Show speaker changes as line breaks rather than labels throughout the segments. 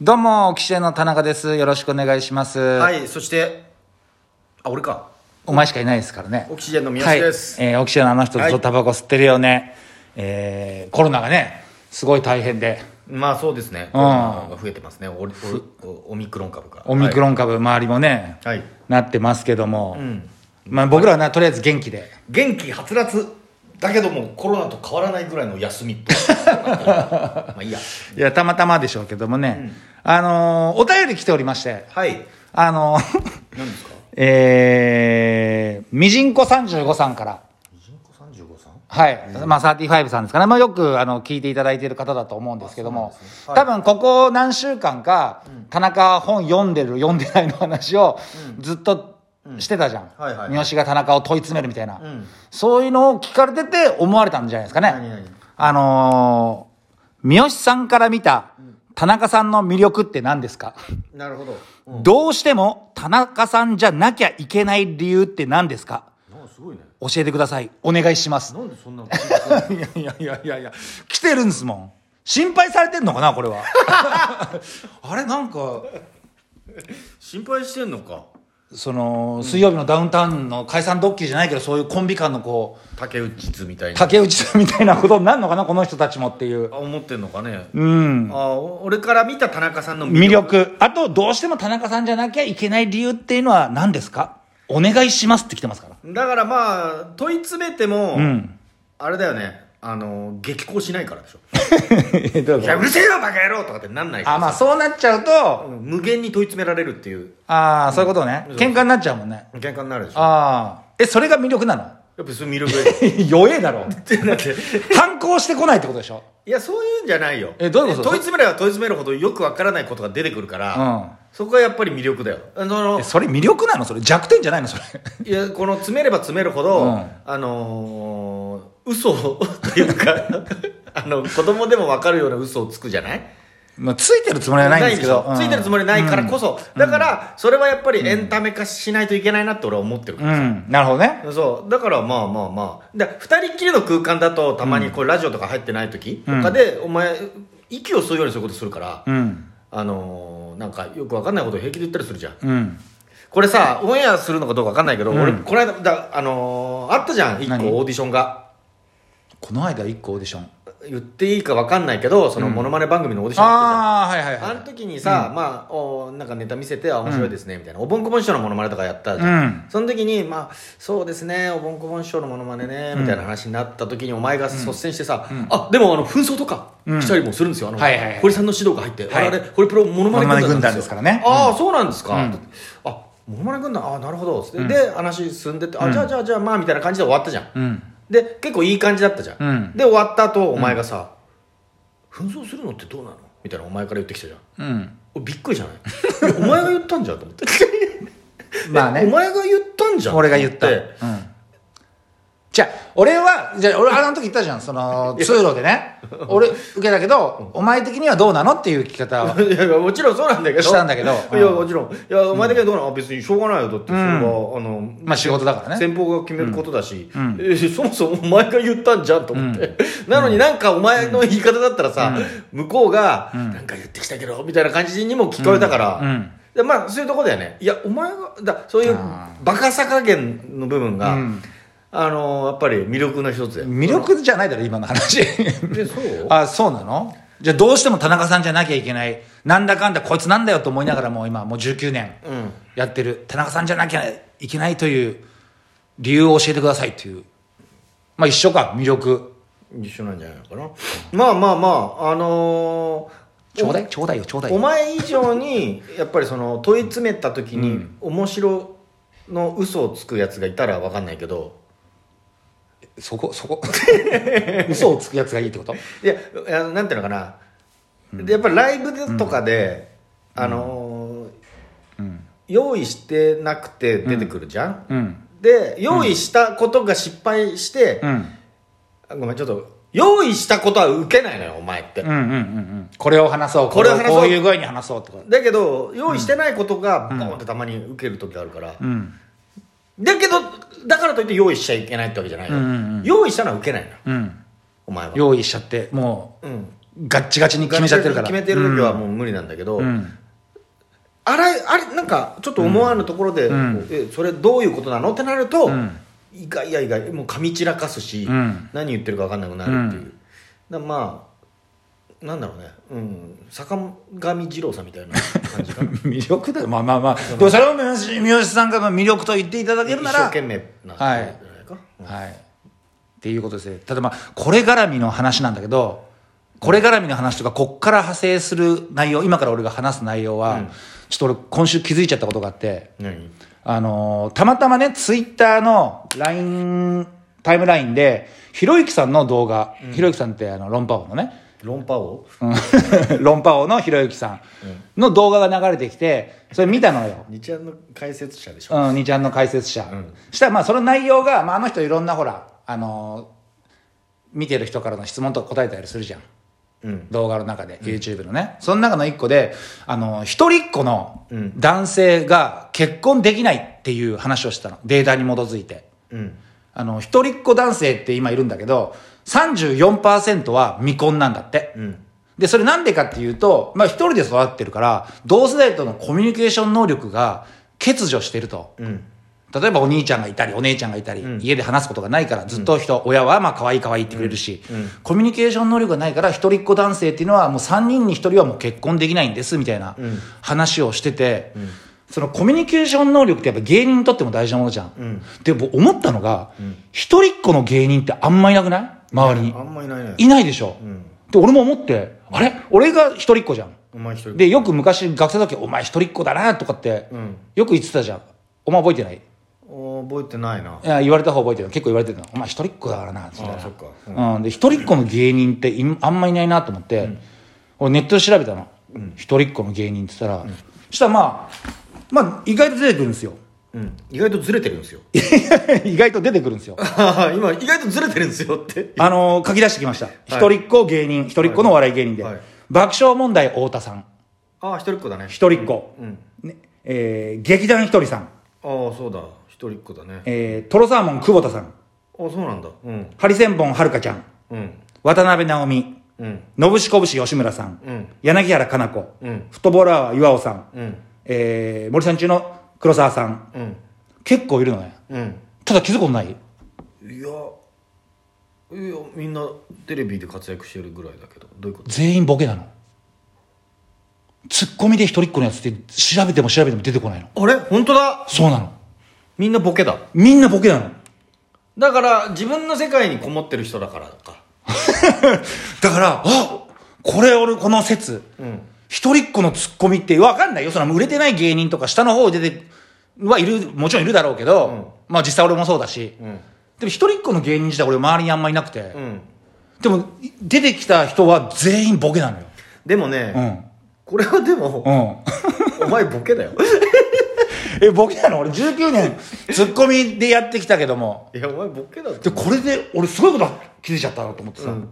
どうも、岸への田中です。よろしくお願いします。
はい、そして、あ、俺か。
お前しかいないですからね。
オキシジェンの宮下です。
はい、えーオキシエのあの人ずっ
は
と
い
タバコ吸ってるよね。えーコロナがね、すごい大変で、
まあそうですね。
ん
が増えてますね。オリオオミクロン株が。
オミクロン株、周りもね、
はい。はい
なってますけども、
ん
まあ僕らはな、とりあえず元気で。
元気はつらつ。だけどもコロナと変わらないぐらいの休みっ ぽいまあいいや。
いや、たまたまでしょうけどもね、あのーお便り来ておりまして、
はい。
あのー
何ですか
えー、みじんこ35さんから、
人口35さん
はい、まあ、35さんですかね、まあ、よくあの聞いていただいている方だと思うんですけども、
そうな
多分ここ何週間か、田中本読んでる、読んでないの話をずっとしてたじゃん、
はいはい
三好が田中を問い詰めるみたいな、
ん
そういうのを聞かれてて、思われたんじゃないですかね。
何々
あのー三好さんから見た田中さんの魅力って何ですか、
なるほど。う
どうしても田中さんじゃなきゃいけない理由って何ですか
ん。なんかすごいね。
教えてください。お願いします。
なんでそんなの
いやいやいやいやいや来てるんですもん心配されてんのかなこれ はあれなんか
心配してんのか。
その水曜日のダウンタウンの解散ドッキリじゃないけどそういうコンビ間のこう
竹内図みたいな。
竹内さんみたいなことになるのかなこの人たちもっていう
あ思ってんのかね。
うん
あお俺から見た田中さんの
魅力あとどうしても田中さんじゃなきゃいけない理由っていうのは何ですかお願いしますって来てますから
だからまあ問い詰めても、
ん
あれだよねあの激高しないからでしょ
どう
い
ぞ
やうるせえよバカ野郎とかってなんないから
あまあそうなっちゃうと、
うん無限に問い詰められるっていう
ああそういうことね喧嘩になっちゃうもんね
喧嘩になるでしょやっ
ああえそれが魅力なの
ぱりそれ魅力 で
弱えだろ
だって
反抗してこないってことでしょ
いやそういうんじゃないよ
えどういうこと
問い詰めれば問い詰めるほどよくわからないことが出てくるから、
うん
そこがやっぱり魅力だよあの
えそれ魅力なのそれ弱点じゃないのそれ
いやこの詰めれば詰めるほど、
うん
あのー嘘をというか あの子供でもわかるような嘘をつくじゃない
まあついてるつもりはないんですけど
ないでしょついてるつもりないからこそ、だからそれはやっぱりエンタメ化しないといけないなって俺は思ってるか
う
ら、
んなるほどね
そうだからまあまあまあだ2人っきりの空間だとたまにこうラジオとか入ってない時とかで、お前息を吸うようにそういうことするから、
うん
あのーなんかよくわかんないことを平気で言ったりするじゃん
うん
これさオンエアするのかどうかわかんないけど、俺この間だ、あのーあったじゃん1
何
個オーディションが
この間一個オーディション
言っていいかわかんないけどそのモノマネ番組のオーディションあったじゃん
ああはいはい
あ
は
の時にさ、まあおなんかネタ見せてあ面白いですね、みたいなおぼんこぼん師匠のモノマネとかやったじゃん、
うん
その時にまあそうですねおぼんこぼん師匠のモノマネねみたいな話になった時にお前が率先してさ、あでもあの紛争とかしたりもするんですよ、あの
はいはいはい
堀さんの指導が入って、
はい
我々堀プロモノマネ軍団なんで
モノ
すよ
マネ軍団ですからね
ああそうなんですか、あモノマネ軍団ああなるほど、で話進んでってあじゃあじゃあじゃあまあみたいな感じで終わったじゃん、
いうん
で結構いい感じだったじゃん、
うん
で終わった後お前がさ、紛争するのってどうなのみたいなお前から言ってきたじゃん
うん
おびっくりじゃない いやお前が言ったんじゃんと思って
まあ
お
ね
前が言ったんじゃん
俺が言ったう
と
ん
思て
じゃあ俺はじゃあ俺あの時言ったじゃんその通路でね俺受けたけどお前的にはどうなのっていう聞き方はい
やいやもちろんそうなんだけど
したんだけど
いやもちろんいやお前だけはどうなの、あ別にしょうがないよだってそれは、あの
まあ仕事だからね
先方が決めることだし、えそもそもお前が言ったんじゃんと思って、なのになんかお前の言い方だったらさ、向こうが、なんか言ってきたけどみたいな感じにも聞こえたから、
うんうん
でまあそういうとこだよねいやお前がだそういう
あ
バカさ加減の部分が、
うん
あのやっぱり魅力の一つだよ
魅力じゃないだろ今の話
でそう
あそうなのじゃあどうしても田中さんじゃなきゃいけないなんだかんだこいつなんだよと思いながらもう今もう19年
うん
やってる田中さんじゃなきゃいけないという理由を教えてくださいっていうまあ一緒か魅力
一緒なんじゃないのかなまあまあまああのー
ちょうだいちょうだいよちょうだい
お
よ
前以上にやっぱりその問い詰めた時に面白の嘘をつくやつがいたら分かんないけど
そこそこ 嘘をつくやつがいいってこと
いやあのなんていうのかな、でやっぱりライブでとかで、あのー用意してなくて出てくるじゃん、
うん
で用意したことが失敗して
う、ん
あごめんちょっと用意したことは受けないのよお前って、
うんうんうんうんこれを話そう
これを話そう
こういう具合に話そうってこと
だけど用意してないことがボーンってたまに受ける時あるから、
うん
だけどだからといって用意しちゃいけないってわけじゃないよ、
うんうんうん
用意したのは受けないの
うん
お前は
用意しちゃっても
うん
うガッチガチに決めちゃってるから
決めてる時はもう無理なんだけど、
うん
あれあれなんかちょっと思わぬところで、
ん
こうえそれどういうことなのってなると、
ん
意外や意外もう噛み散らかすし、
うん
何言ってるか分かんなくなるっていうう、だからまあなんだろうね、うん、坂上二郎さんみたいな 感じかな
魅力だよまあまあまあでもそれを三好三好さんがまあ魅力と言っていただける
一
な
生
ら
懸命な
は
感
い
じじゃないか、
はい、っていうことですねただまあこれ絡みの話なんだけどこれ絡みの話とかこっから派生する内容今から俺が話す内容は、
うん
ちょっと俺今週気づいちゃったことがあって
何
あのーたまたまねツイッターの LINE タイムラインでひろゆきさんの動画、ひろゆきさんってあの論破王のね
論破王
うん 論破王のひろゆきさんの動画が流れてきてそれ見たのよ
日ちゃんの解説者でしょ、
うん、兄ちゃんの解説者、
ん
したらまあその内容が、まあ、あの人いろんなほら、あのー見てる人からの質問とか答えたりするじゃん
うん
動画の中で、YouTube のねその中の一個で、あのー一人っ子の
うん
男性が結婚できないっていう話をしてたのデータに基づいて
うん、
あの一人っ子男性って今いるんだけど34%は未婚なんだって、
うん
で、それなんでかっていうと、まあ一人で育ってるから、同世代とのコミュニケーション能力が欠如してると。
うん
例えばお兄ちゃんがいたりお姉ちゃんがいたり、
うん
家で話すことがないからずっと人、親はまあ可愛い可愛いって言ってくれるし、
うんうん
コミュニケーション能力がないから一人っ子男性っていうのはもう3人に1人はもう結婚できないんですみたいな
うん
話をしてて、そのコミュニケーション能力ってやっぱ芸人にとっても大事なものじゃん、
うん
で僕思ったのが、一人っ子の芸人ってあんまいなくない周りに
あんまいないね
いないでしょ、
ん
で俺も思ってあれ俺が一人っ子じゃん
お前一人
でよく昔学生の時お前一人っ子だなとかって、
うん
よく言ってたじゃんお前覚えてない
お覚えてないない
や言われた方覚えてる結構言われてるのお前一人っ子だからなみたいな
あそっか
うん、で一人っ子の芸人っていんあんまいないなと思って、俺ネットで調べたの、一人っ子の芸人って言ったら、したらまあまあ意外と出てくるんですよ
うん、意外とずれてるんですよ
意外と出てくるんですよ
今意外とずれてるんですよって
あのー書き出してきました、一人っ子芸人一人っ子のお笑い芸人で、
はい
爆笑問題太田さん
ああ一人っ子だね
一人っ子、
うん
ねえー劇団ひとりさん、
ああそうだ一人っ子だねあ
えー、トロサーモン久保田さん
そうなんだうん
ハリセンボンはるかちゃん
うん
渡辺直美
うん
のぶしこぶし吉村さん、
うん
柳原加奈子、
うん
フットボールアワー岩尾さん、
うん
えー森さん中の黒沢さん
うん
結構いるのね
うん
ただ気づくことない
いやいやみんなテレビで活躍してるぐらいだけどどういうこと
全員ボケなのツッコミで一人っ子のやつって調べても調べても出てこないの
あれ本当だ
そうなの
みんなボケだ
みんなボケなの
だから自分の世界にこもってる人だからか
だからあこれ俺この説、
うん
一人っ子のツッコミって分かんないよその売れてない芸人とか下の方で出てはいるもちろんいるだろうけど、
うん
まあ実際俺もそうだし、
うん
でも一人っ子の芸人自体俺周りにあんまいなくて、
うん
でもい出てきた人は全員ボケなのよ
でもね、
うん
これはでも、
うん
お前ボケだよ
え、ボケなの俺19年、ツッコミでやってきたけども。
いやお前ボケだって
で、これで、俺すごいこと気づいちゃったなと思ってさ、
うん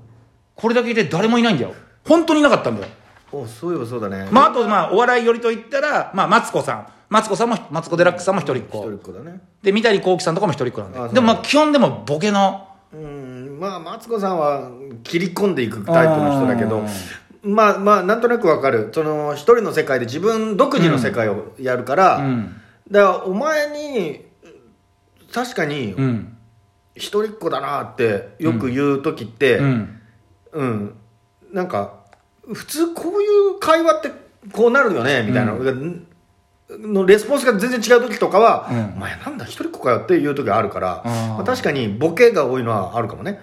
これだけで誰もいないんだよ。本当にいなかったんだよ。
おそういえばそうだね
まあ、あと、まあ、お笑いよりと言ったら、まあ、マツコさん。マツコさんも、マツコデラックスさんも一人っ
一人っ
子。
子だね
で、三谷幸喜さんとかも一人っ子なん
あそう
で。でも、まあ、基本でもボケの、
うんまあマツコさんは切り込んでいくタイプの人だけ
う
どまあまあなんとなくわかるその一人の世界で自分独自の世界をやるから、
うん
だからお前に確かに
うん。
一人っ子だなってよく言う時って
う
うん、
ん。
なんか普通こういう会話ってこうなるよねみたいな、のレスポンスが全然違う時とかは
うん
「お前なんだ一人っ子かよ」っていう時があるから、
あー
まあ確かにボケが多いのはあるかもね、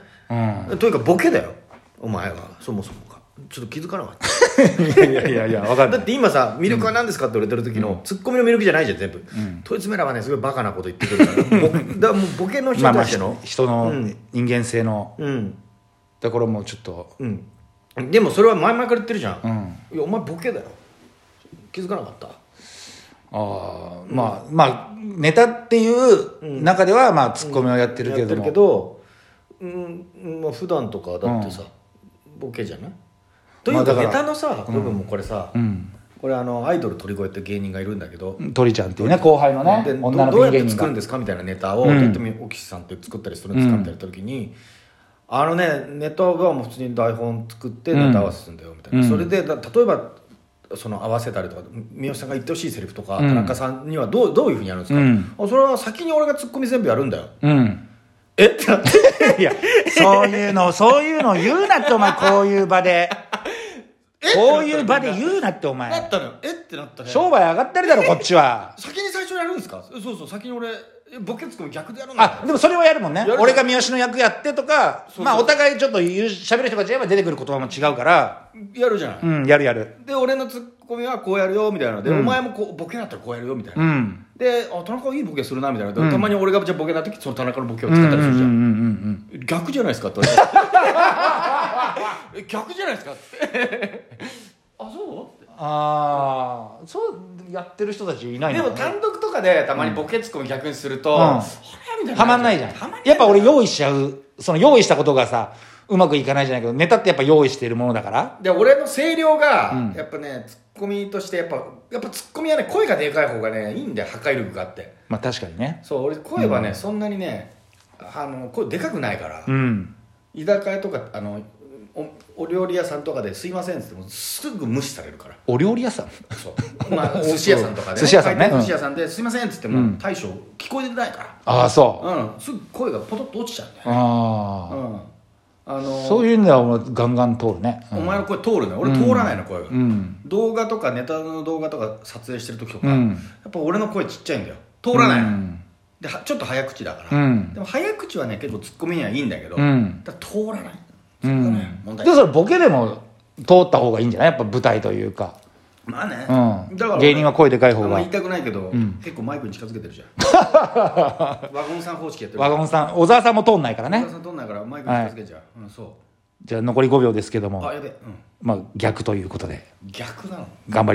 うん。
というかボケだよお前はそもそもがちょっと気づかなかっ
いやいやいや、わか
た
んな
だっ
い。
て今さ魅力は何ですかって言われてる時の、ツッコミの魅力じゃないじゃん全部、問い詰めらはねすごいバカなこと言ってくるから ぼだからもうボケの人
まあ
に
まあ、
対し
ひ
ての
人の
うん
人間性の、
うん
ところもちょっと、
うん、でもそれは前々から言ってるじゃ、
うんん。
いやお前ボケだよ気づかなかった
ああまあまあネタっていう中ではまあツッコミをやってるけれ
やって
ど
る
も、
けどうんまあ普段とかだってさ、ボケじゃないという
ま
か,、
あだから
ネタのさ部分もこれさ、
ん
これあのアイドル鳥越って芸人がいるんだけど、
鳥ちゃんっていうね後輩のね
でど
女の
どう
ピン芸
やって
人
作るん
が
ですかみたいなネタを、
うん
例えばオキシさんって作ったりするんですかみたいな時に、あのねネタはもう普通に台本作ってネタ合わせするんだよみたいな、
うん
それでだ例えばその合わせたりとか三好さんが言ってほしいセリフとか、
うん
田中さんにはどうどういうふうにやるんですか、
うん
あそれは先に俺がツッコミ全部やるんだよ
うん
えってなって
いやそういうのそういうの言うなってお前こういう場でこういう場で言うなってお
なっ
前
たのよえってなったね
商売上がってるだろこっちは
先に最初にやるんですかそうそう先に俺えボケツッコミ逆でやるんだ
あでもそれはやるもんね
やる
俺が三好の役やってとか
そう
まあお互いちょっと言う喋る人が違えば出てくる言葉も違うから
やるじゃない、
うんやるやる
で俺のツッコミはこうやるよみたいなので、お前もこうボケになったらこうやるよみたいな、
うん
であ田中いいボケするなみたいな、でたまに俺がじゃあボケな時その田中のボケを使ったりするじゃん,、逆じゃないです かって言われてえ逆じゃないですかって あそうって
ああそうやってる人たちいない
で
の
も
かな
単独とかでたまにボケツッコミ逆にすると、
ん
あれみたい
はまんないじゃん
はまんない
やっぱ俺用意しちゃうその用意したことがさうまくいかないじゃないけどネタってやっぱ用意してるものだから
で俺の声量が、
うん
やっぱねツッコミとしてやっぱやっぱツッコミはね声がでかい方がねいいんだよ破壊力があって
まあ確かにね
そう俺声はね、そんなにねあの声でかくないから、
うん
居酒屋とかあのおお料理屋さんとかで「すいません」っつってもすぐ無視されるから
お料理屋さん
そ う、まあ、寿司屋さんとかで、
寿司屋さんね
回転寿司屋さんで「すいません」っつっても、
うん
大将聞こえてないか
ああそう
ら、うん、すぐ声がポトッと落ちちゃうんだよ、
あ
う
あ、
んあの
そういうのはもうガンガン通るね、うん
お前の声通るのよ俺通らないの声が、
うん
動画とかネタの動画とか撮影してる時とか、
う
や
ん
っぱ俺の声ちっちゃいんだよ通らないの、
うん
ではちょっと早口だから、
うん
でも早口はね結構ツッコミにはいいんだけど、
うん
だから通らない
うん、
そこがね問題
でそれボケでも通った方がいいんじゃないやっぱ舞台というか、
まあね、
うん、
だから
芸人は声でかい方
あんま
が
言いたくないけど、
ん
結構マイクに近づけてるじゃ んワゴンさん方式やってる
ワゴンさん小沢さんも通んないから
ワ
ね
ゴンさん取んないからマイクに近づけちゃう、うんそ
じゃあ残り5秒ですけど
う
も
あやべ、うん、
まあ逆ということで
逆なの
頑張り